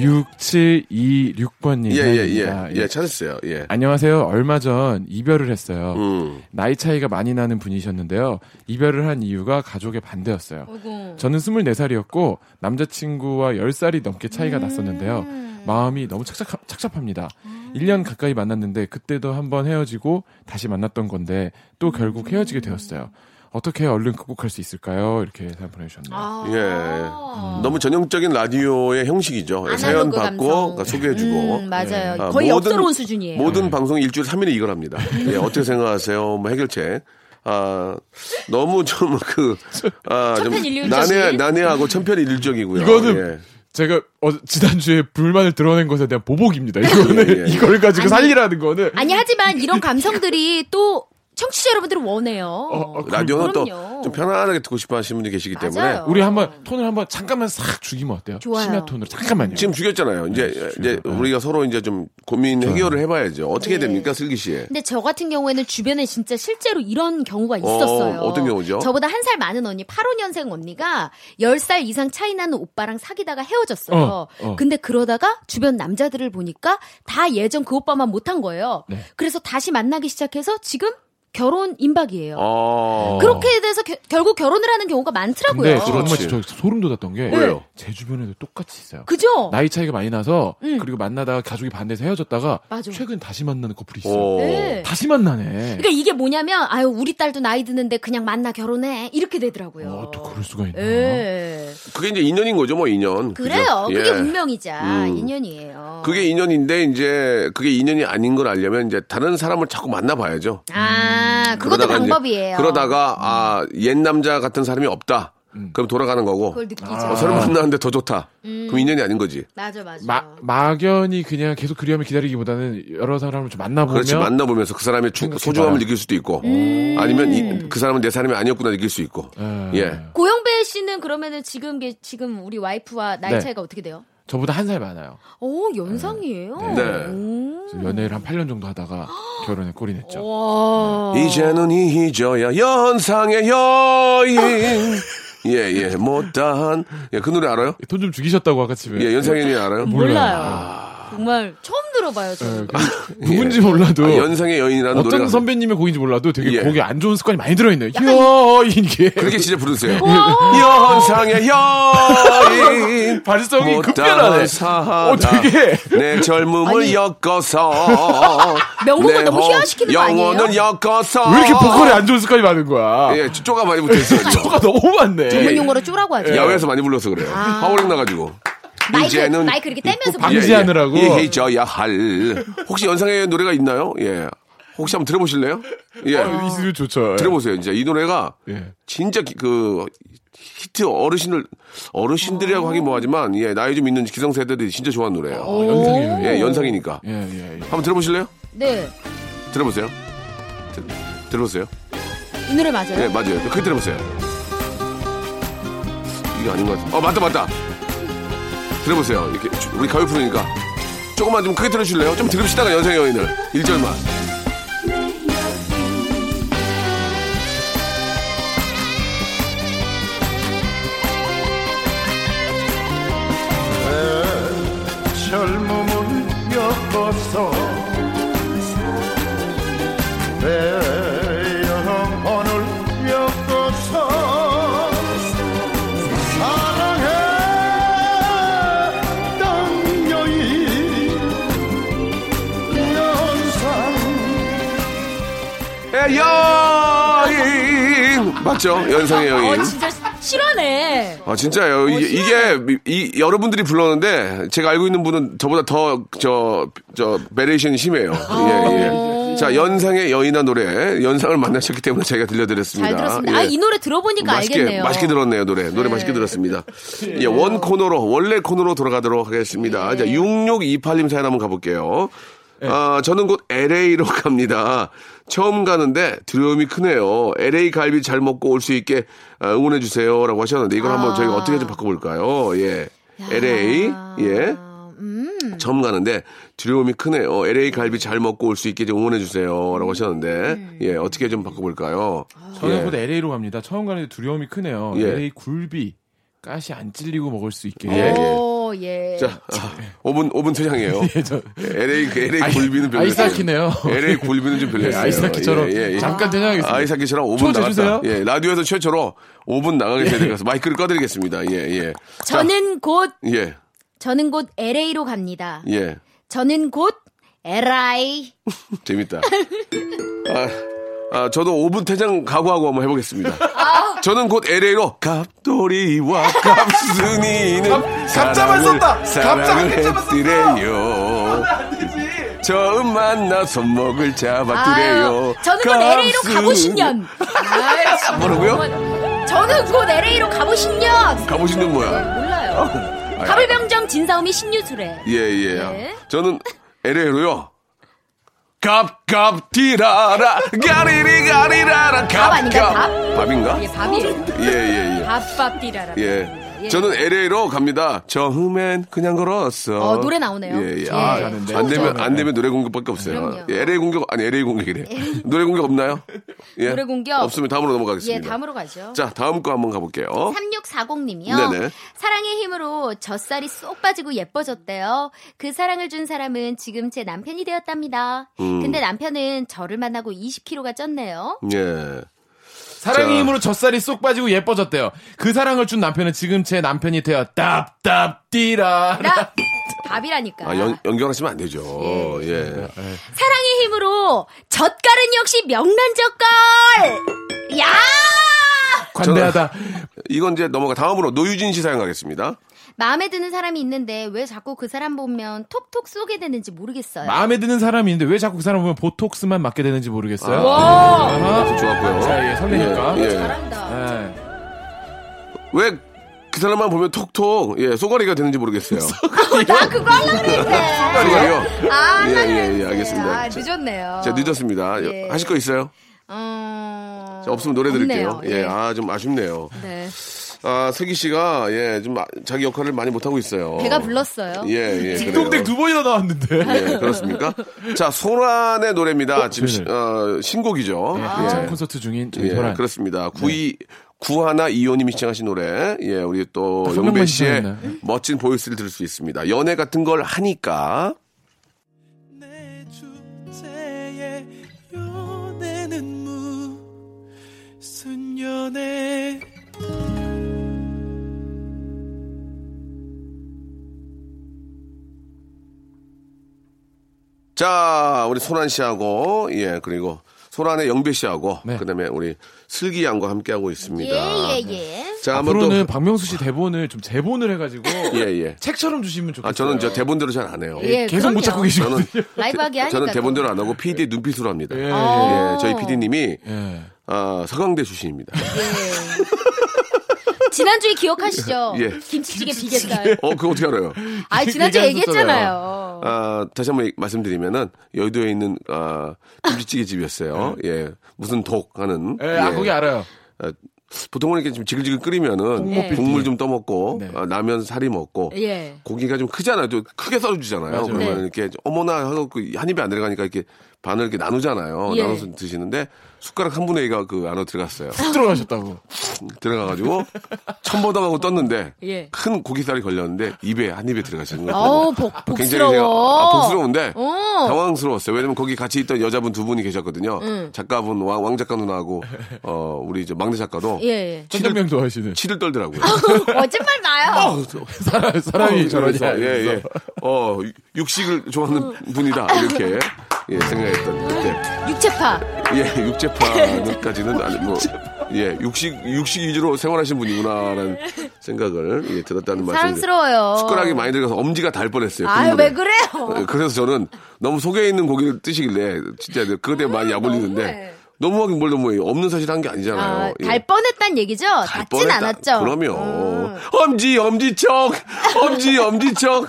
Speaker 3: 예,
Speaker 5: 6726번님
Speaker 3: 예,
Speaker 5: 사연입니다.
Speaker 3: 예. 예, 찾았어요. 예.
Speaker 5: 안녕하세요. 얼마 전 이별을 했어요.
Speaker 3: 음.
Speaker 5: 나이 차이가 많이 나는 분이셨는데요. 이별을 한 이유가 가족의 반대였어요.
Speaker 6: 어구.
Speaker 5: 저는 24살이었고 남자친구와 10살이 넘게 차이가 났었는데요. 마음이 너무 착착, 착잡합니다. 1년 가까이 만났는데 그때도 한번 헤어지고 다시 만났던 건데 또 결국 헤어지게 되었어요. 어떻게 얼른 극복할 수 있을까요? 이렇게 사연 보내주셨네요.
Speaker 6: 아.
Speaker 3: 예. 너무 전형적인 라디오의 형식이죠. 예, 사연
Speaker 6: 아날로그
Speaker 3: 받고
Speaker 6: 감성.
Speaker 3: 소개해주고.
Speaker 6: 음, 맞아요.
Speaker 3: 아,
Speaker 6: 거의
Speaker 3: 모든-
Speaker 6: 역설로온 수준이에요. 음.
Speaker 3: 모든 방송이 일주일에 3일에 이걸 합니다. 예, 어떻게 생각하세요? 뭐 해결책. 아, 너무 좀 그, 아, 좀
Speaker 6: 천편일률적인?
Speaker 3: 난해, 난해하고 천편일률적이고요.
Speaker 5: 이거는
Speaker 3: 예.
Speaker 5: 제가 어, 지난주에 불만을 드러낸 것에 대한 보복입니다. 이거는
Speaker 3: 예, 예.
Speaker 5: 이걸 가지고 살리라는 거는
Speaker 3: 뭐?
Speaker 6: 아니 하지만 이런 감성들이 또 청취자 여러분들은 원해요.
Speaker 3: 아,
Speaker 5: 어,
Speaker 3: 라디오는 또
Speaker 6: 그럼요.
Speaker 3: 좀 편안하게 듣고 싶어 하시는 분이 계시기 때문에.
Speaker 6: 맞아요.
Speaker 5: 우리 한번 톤을 한번 잠깐만 싹 죽이면 어때요?
Speaker 6: 좋아요.
Speaker 5: 심야 톤으로 잠깐만요.
Speaker 3: 지금 네, 죽였잖아요. 이제, 이제 우리가 서로 이제 좀 고민 해결을 해봐야죠. 어떻게
Speaker 6: 네.
Speaker 3: 됩니까, 슬기 씨?
Speaker 6: 근데 저 같은 경우에는 주변에 진짜 실제로 이런 경우가 있었어요.
Speaker 3: 어떤 경우죠?
Speaker 6: 저보다 한 살 많은 언니, 85년생 언니가 10살 이상 차이 나는 오빠랑 사귀다가 헤어졌어요.
Speaker 5: 어, 어.
Speaker 6: 근데 그러다가 주변 남자들을 보니까 다 예전 그 오빠만 못한 거예요.
Speaker 5: 네.
Speaker 6: 그래서 다시 만나기 시작해서 지금 결혼 임박이에요.
Speaker 3: 아.
Speaker 6: 그렇게 돼서 겨- 결국 결혼을 하는 경우가
Speaker 5: 근데
Speaker 6: 많더라고요.
Speaker 5: 정말
Speaker 3: 그렇지.
Speaker 5: 저 소름 돋았던 게
Speaker 3: 왜요?
Speaker 5: 제 주변에도 똑같이 있어요.
Speaker 6: 그죠?
Speaker 5: 나이 차이가 많이 나서
Speaker 6: 음.
Speaker 5: 그리고 만나다가 가족이 반대해서 헤어졌다가
Speaker 6: 맞아.
Speaker 5: 최근 다시 만나는 커플이 있어요.
Speaker 3: 오.
Speaker 6: 네.
Speaker 5: 다시 만나네.
Speaker 6: 그러니까 이게 뭐냐면 아유 우리 딸도 나이 드는데 그냥 만나 결혼해 이렇게 되더라고요.
Speaker 5: 어, 또 그럴 수가 있나?
Speaker 6: 예.
Speaker 3: 그게 이제 인연인 거죠, 뭐 인연. 어? 그죠?
Speaker 6: 그래요. 그게
Speaker 3: 예.
Speaker 6: 운명이자
Speaker 3: 음.
Speaker 6: 인연이에요.
Speaker 3: 그게 인연인데 이제 그게 인연이 아닌 걸 알려면 이제 다른 사람을 자꾸 만나봐야죠.
Speaker 6: 아, 그것도
Speaker 3: 그러다가 이제-
Speaker 6: 방법이에요.
Speaker 3: 그러다가 아, 옛 남자 같은 사람이 없다.
Speaker 5: 음.
Speaker 3: 그럼 돌아가는 거고.
Speaker 6: 그걸 음. 느끼죠.
Speaker 3: 어, 새로
Speaker 5: 아.
Speaker 3: 만나는데 더 좋다. 그럼 인연이 아닌 거지.
Speaker 6: 맞아, 맞아.
Speaker 5: 마, 막연히 그냥 계속 그리움을 기다리기보다는 여러 사람을 좀 만나보면
Speaker 3: 그렇지 만나보면서 그 사람의 주-
Speaker 5: 생각해봐요.
Speaker 6: 음.
Speaker 5: 음.
Speaker 3: 소중함을 느낄 수도 있고 아니면 이- 그 사람은 내 사람이 아니었구나 느낄 수 있고 예
Speaker 6: 고영배 이문세 씨는 그러면은 지금 게- 지금 우리 와이프와 나이
Speaker 5: 네.
Speaker 6: 차이가 어떻게 돼요?
Speaker 5: 저보다 한 살 많아요.
Speaker 6: 오 연상이에요.
Speaker 3: 네.
Speaker 6: 오.
Speaker 5: 그래서 연애를 한 8년 정도 하다가 결혼에 꼴이 냈죠.
Speaker 6: 와.
Speaker 3: 이제는 잊어야 연상의 여인. 예, 예, 못다한. 예, 그 노래 알아요?
Speaker 5: 돈 좀 죽이셨다고 아까 집에.
Speaker 3: 예, 연상의 여인 알아요?
Speaker 6: 몰라요.
Speaker 5: 몰라요. 예, 그
Speaker 6: 정말 처음 들어봐요. 저는.
Speaker 5: 누군지 몰라도
Speaker 3: 아, 연상의 여인이라는
Speaker 5: 어떤
Speaker 3: 노래가.
Speaker 5: 선배님의 곡인지 몰라도 되게
Speaker 3: 예.
Speaker 5: 곡에 안 좋은 습관이 많이 들어있네요. 이야 이게
Speaker 3: 그렇게 진짜 부르세요. 연상의 여인.
Speaker 5: 발성이
Speaker 3: 못다한
Speaker 5: 급변하네.
Speaker 3: 사랑.
Speaker 5: 어 되게
Speaker 3: 내 젊음을 엮어서.
Speaker 6: 명곡을
Speaker 3: 내
Speaker 6: 너무
Speaker 3: 호-
Speaker 6: 희화시키는 거 아니에요?
Speaker 3: 영혼을 엮어서.
Speaker 5: 왜 이렇게 보컬에 안 좋은 습관이 많은 거야?
Speaker 3: 예, 쪼가 많이 붙어있어요. 지금.
Speaker 5: 저가 너무 많네.
Speaker 6: 전문 용어로 쪼라고 하죠.
Speaker 3: 야외에서 많이 불러서 그래요. 하울링 나가지고.
Speaker 6: 아. 마이크
Speaker 3: 이제는
Speaker 6: 마이크 이렇게 떼면서
Speaker 5: 방- 방지하느라고.
Speaker 3: 예, 예, 잊어야 할. 혹시 연상의 노래가 있나요? 예. 혹시 한번 들어보실래요? 예.
Speaker 5: 어, 이 노래 좋죠.
Speaker 3: 들어보세요. 이제 이 노래가
Speaker 5: 예.
Speaker 3: 진짜 기- 그 히트 어르신을 어르신들이라고 하긴 뭐하지만 예 나이 좀 있는 기성세대들이 진짜 좋아하는 노래예요.
Speaker 5: 어. 연상이에요.
Speaker 3: 예 연상이니까
Speaker 5: 예, 예, 예.
Speaker 3: 한번 들어보실래요?
Speaker 6: 네.
Speaker 3: 들어보세요. 들, 들어보세요.
Speaker 6: 이 노래 맞아요.
Speaker 3: 예 맞아요. 크게 들어보세요. 이게 아닌 것 같아. 어 맞다 맞다. 들어보세요. 이렇게 주- 우리 가요 프로니까 조금만 좀 크게 들어주실래요? 좀 들읍시다가 연상의 여인을 1절만.
Speaker 1: 젊음을 엮어서 내 영혼을 엮어서 사랑해 땅 여인 연상
Speaker 3: 예, 여인 맞죠? 연상의 여인.
Speaker 6: 어 진짜 시- 실화네.
Speaker 3: 아 진짜요. 이게, 이게 이, 이- 여러분들이 불렀는데 제가 알고 있는 분은 저보다 더 저 저 베레이션이 심해요.
Speaker 6: 아, 네.
Speaker 3: 예 예. 자 연상의 여인한 노래 연상을 만나셨기 때문에 제가 들려드렸습니다.
Speaker 6: 잘 들었습니다.
Speaker 3: 예.
Speaker 6: 아 이 노래 들어보니까
Speaker 3: 맛있게
Speaker 6: 알겠네요.
Speaker 3: 맛있게 들었네요 노래 노래 맛있게 들었습니다. 예 원 코너로 원래 코너로 돌아가도록
Speaker 6: 네.
Speaker 3: 하겠습니다. 자 6628님 사연 한번 가볼게요.
Speaker 5: 네.
Speaker 3: 아 저는 곧 LA로 갑니다. 처음 가는데 두려움이 크네요. LA 갈비 잘 먹고 올 수 있게 아, 응원해 주세요라고 하셨는데 이걸
Speaker 6: 아.
Speaker 3: 한번 저희가 어떻게 좀 바꿔볼까요? 예 LA 예
Speaker 6: 아,
Speaker 3: 처음 가는데 두려움이 크네요. LA 갈비 잘 먹고 올 수 있게 좀 응원해 주세요라고
Speaker 6: 음.
Speaker 3: 하셨는데 예 어떻게 좀 바꿔볼까요?
Speaker 5: 저는 곧 LA로 갑니다. 처음 가는데 두려움이 크네요.
Speaker 3: 예.
Speaker 5: LA 굴비 가시 안 찔리고 먹을 수 있게.
Speaker 3: 예, 예.
Speaker 6: 오 예.
Speaker 3: 자, 아, 5분, 5분 퇴장이에요.
Speaker 5: 네. 예, 저-
Speaker 3: LA, 그 LA 굴비는 별로.
Speaker 5: 아이스하키네요.
Speaker 3: LA 굴비는 좀 별로.
Speaker 5: 예, 아이스하키처럼 잠깐 되냐겠습니다.
Speaker 3: 아이스하키처럼 5분
Speaker 5: 초대
Speaker 3: 나갔다.
Speaker 5: 주세요. 예.
Speaker 3: 예, 라디오에서 최초로 5분 나가게 되는 것같 마이크를 꺼드리겠습니다. 예, 예. 자,
Speaker 6: 저는 곧
Speaker 3: 예,
Speaker 6: 저는 곧 LA로 갑니다.
Speaker 3: 예.
Speaker 6: 저는 곧 LI.
Speaker 3: 재밌다. 아, 아, 저도 5분 퇴장 각오하고 한번 해보겠습니다. 저는 곧 LA로 갑돌이와 갑순이는
Speaker 1: 갑자만 썼다. 갑자만
Speaker 3: 사랑을 드래요. 처음 만나서 먹을 잡아드래요.
Speaker 6: 아유, 저는 곧 LA로 가보신 년. 아이, 진짜.
Speaker 3: 뭐라고요?
Speaker 6: 저는 곧 LA로 가보신 년.
Speaker 3: 가보신 년 뭐야?
Speaker 6: 몰라요. 아, 가불병정 진사오미 신유술에.
Speaker 3: 예, 예.
Speaker 6: 네.
Speaker 3: 저는 LA로요. 갑갑디라라 가리리 가리라라
Speaker 6: 밥 아닌가?
Speaker 3: 갑갑
Speaker 6: 밥?
Speaker 3: 밥인가?
Speaker 6: 예, 밥이에요.
Speaker 3: 예, 예, 예.
Speaker 6: 밥밥디라라.
Speaker 3: 예. 저는 LA로 갑니다. 처음엔 그냥 걸었어.
Speaker 6: 어, 노래 나오네요.
Speaker 3: 예, 예.
Speaker 6: 예. 네.
Speaker 3: 아,
Speaker 5: 가는데.
Speaker 3: 안 되면
Speaker 5: 처음에.
Speaker 3: 안 되면 노래 공격밖에 없어요.
Speaker 6: 그럼요.
Speaker 3: 예, LA 공격 아니 LA 공격이래. 노래 공격 없나요? 예.
Speaker 6: 노래 공격?
Speaker 3: 없으면 다음으로 넘어가겠습니다.
Speaker 6: 예, 다음으로 가죠.
Speaker 3: 자, 다음 거 한번 가볼게요.
Speaker 6: 3640님이요.
Speaker 3: 네네.
Speaker 6: 사랑의 힘으로 젖살이 쏙 빠지고 예뻐졌대요. 그 사랑을 준 사람은 지금 제 남편이 되었답니다. 근데 남편은 저를 만나고 20kg가 쪘네요.
Speaker 3: 예.
Speaker 5: 사랑의
Speaker 3: 자.
Speaker 5: 힘으로 젖살이 쏙 빠지고 예뻐졌대요. 그 사랑을 준 남편은 지금 제 남편이 되어 답답디라.
Speaker 6: 나 밥이라니까.
Speaker 3: 아, 연, 연결하시면 안 되죠. 예.
Speaker 6: 사랑의 힘으로 젓갈은 역시 명란 젓갈. 야!
Speaker 5: 관대하다.
Speaker 3: 이건 이제 넘어가 다음으로 노유진 씨 사용하겠습니다.
Speaker 6: 마음에 드는 사람이 있는데 왜 자꾸 그 사람 보면 톡톡 쏘게 되는지 모르겠어요.
Speaker 5: 마음에 드는 사람이 있는데 왜 자꾸 그 사람 보면 보톡스만 맞게 되는지 모르겠어요. 네.
Speaker 3: 아주 네. 좋았고요.
Speaker 5: 자, 예, 설레니까.
Speaker 3: 예, 예.
Speaker 6: 잘한다.
Speaker 5: 예.
Speaker 3: 왜 그 사람만 보면 톡톡 예, 쏘가리가 되는지 모르겠어요.
Speaker 6: 나 그거 하려고 했는데.
Speaker 3: 쏘가리요.
Speaker 6: 아,
Speaker 3: 예,
Speaker 6: 하려고
Speaker 3: 예, 예,
Speaker 6: 했는데.
Speaker 3: 알겠습니다.
Speaker 6: 아, 늦었네요.
Speaker 3: 자, 늦었습니다.
Speaker 6: 예.
Speaker 3: 하실 거 있어요?
Speaker 6: 어...
Speaker 3: 자, 없으면 노래 드릴게요.
Speaker 6: 없네요.
Speaker 3: 예, 아, 좀 아쉽네요.
Speaker 6: 네.
Speaker 3: 아, 슬기 씨가, 예, 좀 아- 자기 역할을 많이 못하고 있어요.
Speaker 6: 배가 불렀어요.
Speaker 3: 예, 예.
Speaker 5: 딩동댕
Speaker 3: 그래요.
Speaker 5: 두 번이나 나왔는데.
Speaker 3: 예, 그렇습니까? 자, 소란의 노래입니다. 지금, 시-
Speaker 5: 네네.
Speaker 3: 어, 신곡이죠.
Speaker 5: 네,
Speaker 3: 예.
Speaker 5: 한창 콘서트 중인 저희
Speaker 3: 예,
Speaker 5: 소란. 네.
Speaker 3: 그렇습니다. 구이 구하나 이호님이 시청하신 노래, 예, 우리 또
Speaker 5: 아,
Speaker 3: 용배
Speaker 5: 성명만
Speaker 3: 씨의
Speaker 5: 시청했나요?
Speaker 3: 멋진 보이스를 들을 수 있습니다. 연애 같은 걸 하니까.
Speaker 8: 내 주제에 연애는 무슨 연애
Speaker 3: 자, 우리 소란 씨하고, 예, 그리고 소란의 영배 씨하고,
Speaker 5: 네.
Speaker 3: 그 다음에 우리 슬기 양과 함께하고 있습니다.
Speaker 6: 예, 예, 예.
Speaker 3: 자, 한번 또.
Speaker 5: 앞으로는 박명수 씨 대본을 좀 재본을 해가지고
Speaker 3: 예, 예.
Speaker 5: 책처럼 주시면 좋겠어요. 네,
Speaker 3: 아, 저는 저 대본대로 잘 안 해요.
Speaker 6: 예,
Speaker 5: 계속 못
Speaker 6: 그럼요.
Speaker 5: 찾고 계시거든요.
Speaker 3: 저는,
Speaker 6: 라이브하게 하니까.
Speaker 3: 저는
Speaker 6: 또.
Speaker 3: 대본대로 안 하고 PD 눈빛으로 합니다.
Speaker 5: 예,
Speaker 3: 예,
Speaker 5: 예.
Speaker 3: 저희 PD님이,
Speaker 5: 예.
Speaker 3: 아, 서강대 출신입니다.
Speaker 6: 예. 지난주에 기억하시죠?
Speaker 3: 예.
Speaker 6: 김치찌개 비겠어요.
Speaker 3: 어, 그거 어떻게 알아요?
Speaker 6: 아, 지난주에
Speaker 3: 얘기했었잖아요.
Speaker 6: 얘기했잖아요.
Speaker 3: 아, 다시 한번 얘기- 말씀드리면은 여의도에 있는 아, 김치찌개 집이었어요. 예, 무슨 독 하는.
Speaker 5: 예, 아, 거기 알아요.
Speaker 3: 아, 보통은 이렇게 좀 지글지글 끓이면은 국물 좀 떠먹고
Speaker 5: 네.
Speaker 3: 아, 라면 사리 먹고
Speaker 6: 예.
Speaker 3: 고기가 좀 크잖아요. 좀 크게 썰어주잖아요.
Speaker 5: 맞아요.
Speaker 3: 그러면
Speaker 6: 네.
Speaker 3: 이렇게 좀 어머나 하고 그한 입에 안 들어가니까 이렇게 반을 이렇게 나누잖아요.
Speaker 6: 예.
Speaker 3: 나눠서 드시는데 숟가락 한 분의 이가 그 안으로 들어갔어요.
Speaker 5: 훅 들어가셨다고.
Speaker 3: 들어가가지고 첨버덕하고 떴는데
Speaker 6: 예.
Speaker 3: 큰 고기살이 걸렸는데 입에 한 입에 들어가시는 거예요.
Speaker 6: 어우, 복,
Speaker 3: 아, 굉장히 제가
Speaker 6: 복스러워.
Speaker 3: 아, 복스러운데
Speaker 6: 어.
Speaker 3: 당황스러웠어요. 왜냐면 거기 같이 있던 여자분 두 분이 계셨거든요.
Speaker 6: 음.
Speaker 3: 작가분 왕, 왕 작가 누나하고 어 우리 저 막내 작가도
Speaker 6: 예, 예.
Speaker 5: 천정명 좋아하시는.
Speaker 3: 치를 떨더라고요.
Speaker 6: 어, 거짓말 나요.
Speaker 5: 아, 사람,
Speaker 3: 그래서
Speaker 5: 사람이 저러냐.
Speaker 3: 예,
Speaker 5: 이러면서.
Speaker 3: 예. 어 육식을 좋아하는 분이다 이렇게 예, 생각했던 그때
Speaker 6: 육체파.
Speaker 3: 예 육제파까지는 아니 뭐예 육식 육식 위주로 생활하신 분이구나라는 생각을 예, 들었다는 말씀.
Speaker 6: 사랑스러워요.
Speaker 3: 숟가락이 많이 들어가서 엄지가 달 뻔했어요.
Speaker 6: 아유,
Speaker 3: 국물에.
Speaker 6: 왜 그래요?
Speaker 3: 어, 그래서 저는 너무 속에 있는 고기를 뜨시길래 진짜 그것 때문에 많이
Speaker 6: 너무해.
Speaker 3: 약올리는데 너무하긴 뭘 너무해요. 없는 사실 한 게 아니잖아요.
Speaker 6: 네. 아, 달 뻔했단 얘기죠? 닿진 않았죠?
Speaker 3: 예. 그럼요.
Speaker 6: 음.
Speaker 3: 엄지 엄지척 엄지 엄지척.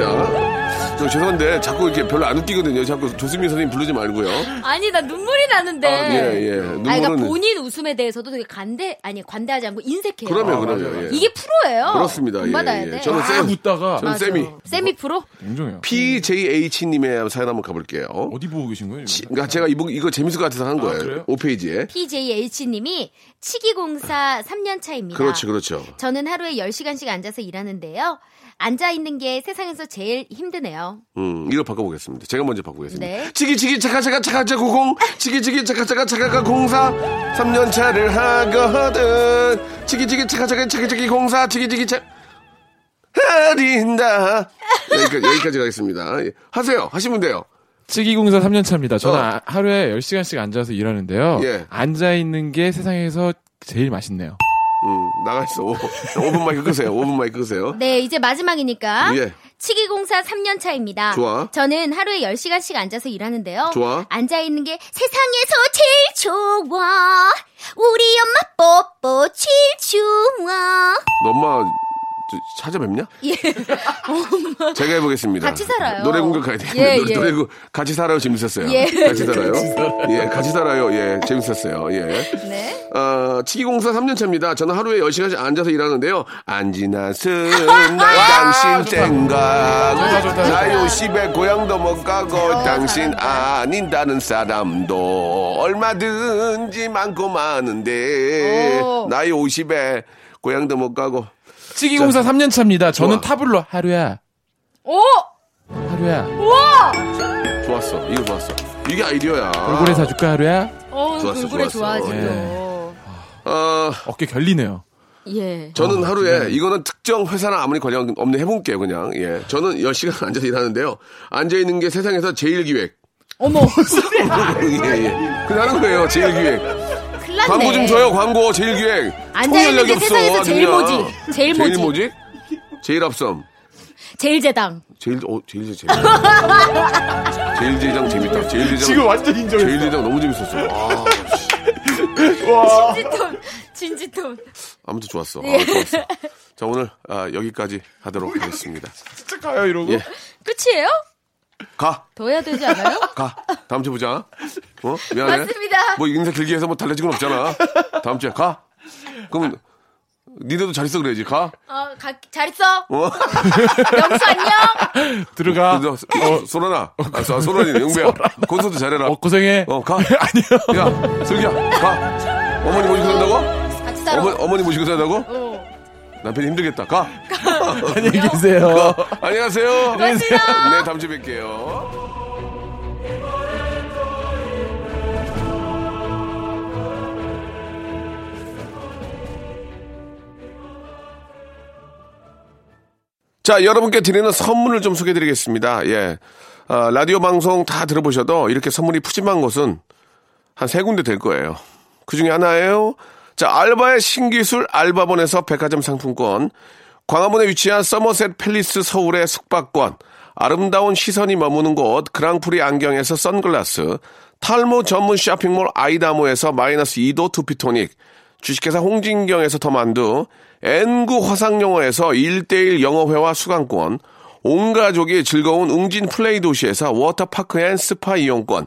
Speaker 3: 자, 저 죄송한데 자꾸 이렇게 별로 안 웃기거든요. 자꾸 조수민 선생님 부르지 말고요.
Speaker 6: 아니, 나 눈물이 나는데.
Speaker 3: 아, 예, 예.
Speaker 6: 네. 아, 그러니까
Speaker 3: 눈물은-
Speaker 6: 본인 웃음에 대해서도 되게 간대, 아니, 관대하지 않고 인색해요.
Speaker 3: 그러면
Speaker 5: 아,
Speaker 3: 그러면
Speaker 5: 맞아요.
Speaker 3: 예.
Speaker 6: 이게 프로예요.
Speaker 3: 그렇습니다. 예,
Speaker 6: 돈 받아야
Speaker 3: 예.
Speaker 6: 돼.
Speaker 3: 저는
Speaker 5: 막
Speaker 3: 쌤.
Speaker 5: 웃다가
Speaker 3: 저는 쌤이
Speaker 6: 세미 프로?
Speaker 5: 굉장해요.
Speaker 3: PJH님의 사연 한번 가볼게요.
Speaker 5: 어디 보고 계신 거예요?
Speaker 3: 지- 그러니까 제가 이거, 이거 재밌을 것 같아서 한 거예요.
Speaker 5: 그래요?
Speaker 3: 오 5페이지에.
Speaker 6: PJH님이 치기공사 3년 차입니다.
Speaker 3: 그렇지, 그렇죠.
Speaker 6: 저는 하루에 10시간씩 앉아서 일하는데요. 앉아있는 게 세상에서 제일 힘드네요.
Speaker 3: 음, 이거 바꿔보겠습니다. 제가 먼저 바꾸겠습니다.
Speaker 6: 네.
Speaker 3: 치기치기 차카차카 차카차 구공 치기치기 차카차카 차카차 공사 3년 차를 하거든 치기치기 차카차카 차기차기 공사 치기치기 차 하린다 여기까지, 여기까지 가겠습니다. 예. 하세요. 하시면 돼요.
Speaker 5: 치기공사 3년 차입니다. 저는
Speaker 3: 어.
Speaker 5: 아- 하루에 10시간씩 앉아서 일하는데요.
Speaker 3: 예.
Speaker 5: 앉아있는 게 세상에서 제일 맛있네요.
Speaker 3: 음, 나가 있어. 5, 5분 마이크 끄세요. 5분 마이크 끄세요.
Speaker 6: 네, 이제 마지막이니까.
Speaker 3: 예.
Speaker 6: 치기공사 3년 차입니다.
Speaker 3: 좋아.
Speaker 6: 저는 하루에 10시간씩 앉아서 일하는데요.
Speaker 3: 좋아.
Speaker 6: 앉아있는 게 세상에서 제일 좋아. 우리 엄마 뽀뽀 제일 좋아.
Speaker 3: 너 엄마 저- 찾아뵙냐?
Speaker 6: 예.
Speaker 3: 제가 해보겠습니다.
Speaker 6: 같이 살아요.
Speaker 3: 노래 공격 가야 되겠네.
Speaker 6: 예,
Speaker 3: 노래,
Speaker 6: 예.
Speaker 3: 노래 공격 같이 살아요. 재밌었어요.
Speaker 6: 예.
Speaker 3: 같이 살아요. 예, 같이 살아요. 예, 재밌었어요. 예.
Speaker 6: 네.
Speaker 3: 어, 치기공사 3년 차입니다. 저는 하루에 10시간씩 앉아서 일하는데요. 안지나 쓴 당신 생각
Speaker 5: 좋다.
Speaker 3: 나요 집에 고향도 못 가고 당신 아닌다는 사람도 얼마든지 많고 많은데
Speaker 6: 오.
Speaker 3: 나이 50에 고향도 못 가고
Speaker 5: 치기공사 3년 차입니다. 저는
Speaker 3: 좋아.
Speaker 5: 타블로 하루야,
Speaker 6: 오!
Speaker 5: 하루야.
Speaker 6: 우와!
Speaker 3: 좋았어. 이거 좋았어. 이게 아이디어야.
Speaker 5: 얼굴에 사줄까 하루야? 예.
Speaker 6: 어,
Speaker 3: 좋았어,
Speaker 6: 골고루
Speaker 3: 좋았어.
Speaker 6: 좋아지고.
Speaker 3: 어,
Speaker 5: 어깨 결리네요.
Speaker 6: 예.
Speaker 3: 저는 하루에 이거는 특정 회사나 아무리 관련 없는 해본게요 그냥 예 저는 10시간 앉아서 일하는데요 앉아있는 게 세상에서 제일 기획
Speaker 6: 어머,
Speaker 3: 예예 그냥 하는 거예요 제일 기획
Speaker 6: 큰일 났네.
Speaker 3: 광고 좀 줘요 광고 제일 기획
Speaker 6: 앉아있는
Speaker 3: 총력이
Speaker 6: 게 세상에서 제일
Speaker 3: 아주 그냥.
Speaker 6: 모직. 제일
Speaker 3: 제일
Speaker 6: 모직.
Speaker 3: 모직 제일 앞섬
Speaker 6: 제일 재당.
Speaker 3: 제일 어 제일 제 재밌다 제일 제장 재밌다 제일 제장
Speaker 5: 완전 인정해.
Speaker 3: 제일 제장 너무 재밌었어 아, 씨.
Speaker 6: 진지톤, 진지톤.
Speaker 3: 아무튼 좋았어
Speaker 6: 예.
Speaker 3: 아, 좋았어 자 오늘 아, 여기까지 하도록 하겠습니다
Speaker 5: 진짜 가요, 이러고.
Speaker 3: 예.
Speaker 6: 끝이에요?
Speaker 3: 가,
Speaker 6: 더 해야 되지 않아요?
Speaker 3: 가. 다음 주에 보자. 어? 미안해.
Speaker 6: 맞습니다.
Speaker 3: 뭐 인사 길게 해서 뭐 달라진 건 없잖아. 다음 주에 가. 그럼 니네도 잘 있어 그래야지. 가.
Speaker 6: 어, 가, 잘 있어.
Speaker 3: 어?
Speaker 6: 명수 안녕.
Speaker 5: 들어가.
Speaker 3: 어, 어, 소란아. 아, 소- 소란이네. 용배야. 콘서트 잘해라.
Speaker 5: 어, 고생해.
Speaker 3: 어, 가. 아니요. 야, 슬기야, 가. 어머니 모시고 산다고?
Speaker 6: 같이 살아.
Speaker 3: 어머, 어머니 모시고 산다고?
Speaker 6: 어.
Speaker 3: 남편이 힘들겠다. 가.
Speaker 5: 안녕히
Speaker 3: 어.
Speaker 5: 계세요.
Speaker 3: 안녕하세요.
Speaker 6: 고맙습니다.
Speaker 3: 네, 다음 주에 뵐게요. 자, 여러분께 드리는 선물을 좀 소개해 드리겠습니다. 예. 아, 라디오 방송 다 들어보셔도 이렇게 선물이 푸짐한 것은 한 세 군데 될 거예요. 그 중에 하나예요. 자, 알바의 신기술 알바본에서 백화점 상품권, 광화문에 위치한 서머셋 팰리스 서울의 숙박권, 아름다운 시선이 머무는 곳 그랑프리 안경에서 선글라스, 탈모 전문 쇼핑몰 아이다모에서 마이너스 2도 투피토닉, 주식회사 홍진경에서 더만두, N구 화상영어에서 1대1 영어회화 수강권, 온 가족이 즐거운 웅진 플레이 도시에서 워터파크 앤 스파 이용권,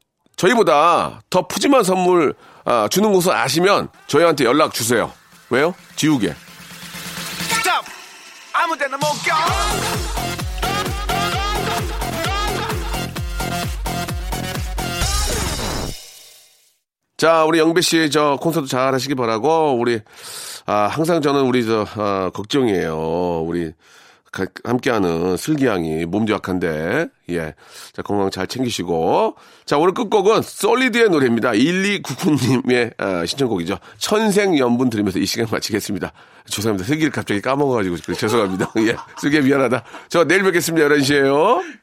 Speaker 3: 저희보다 더 푸짐한 선물 아, 주는 곳을 아시면 저희한테 연락 주세요. 왜요? 지우개.
Speaker 1: 스탑! 아무 데나 못 가!
Speaker 3: 자, 우리 영배 씨, 저, 콘서트 잘 하시기 바라고, 우리, 아, 항상 저는 우리, 저, 아, 걱정이에요. 우리, 가- 함께하는 슬기 양이 몸도 약한데, 예. 자, 건강 잘 챙기시고. 자, 오늘 끝곡은 솔리드의 노래입니다. 1299님의 아, 신청곡이죠. 천생연분 들으면서 이 시간 마치겠습니다. 죄송합니다. 슬기를 갑자기 까먹어가지고, 죄송합니다. 예. 슬기 미안하다. 저 내일 뵙겠습니다. 11시에요.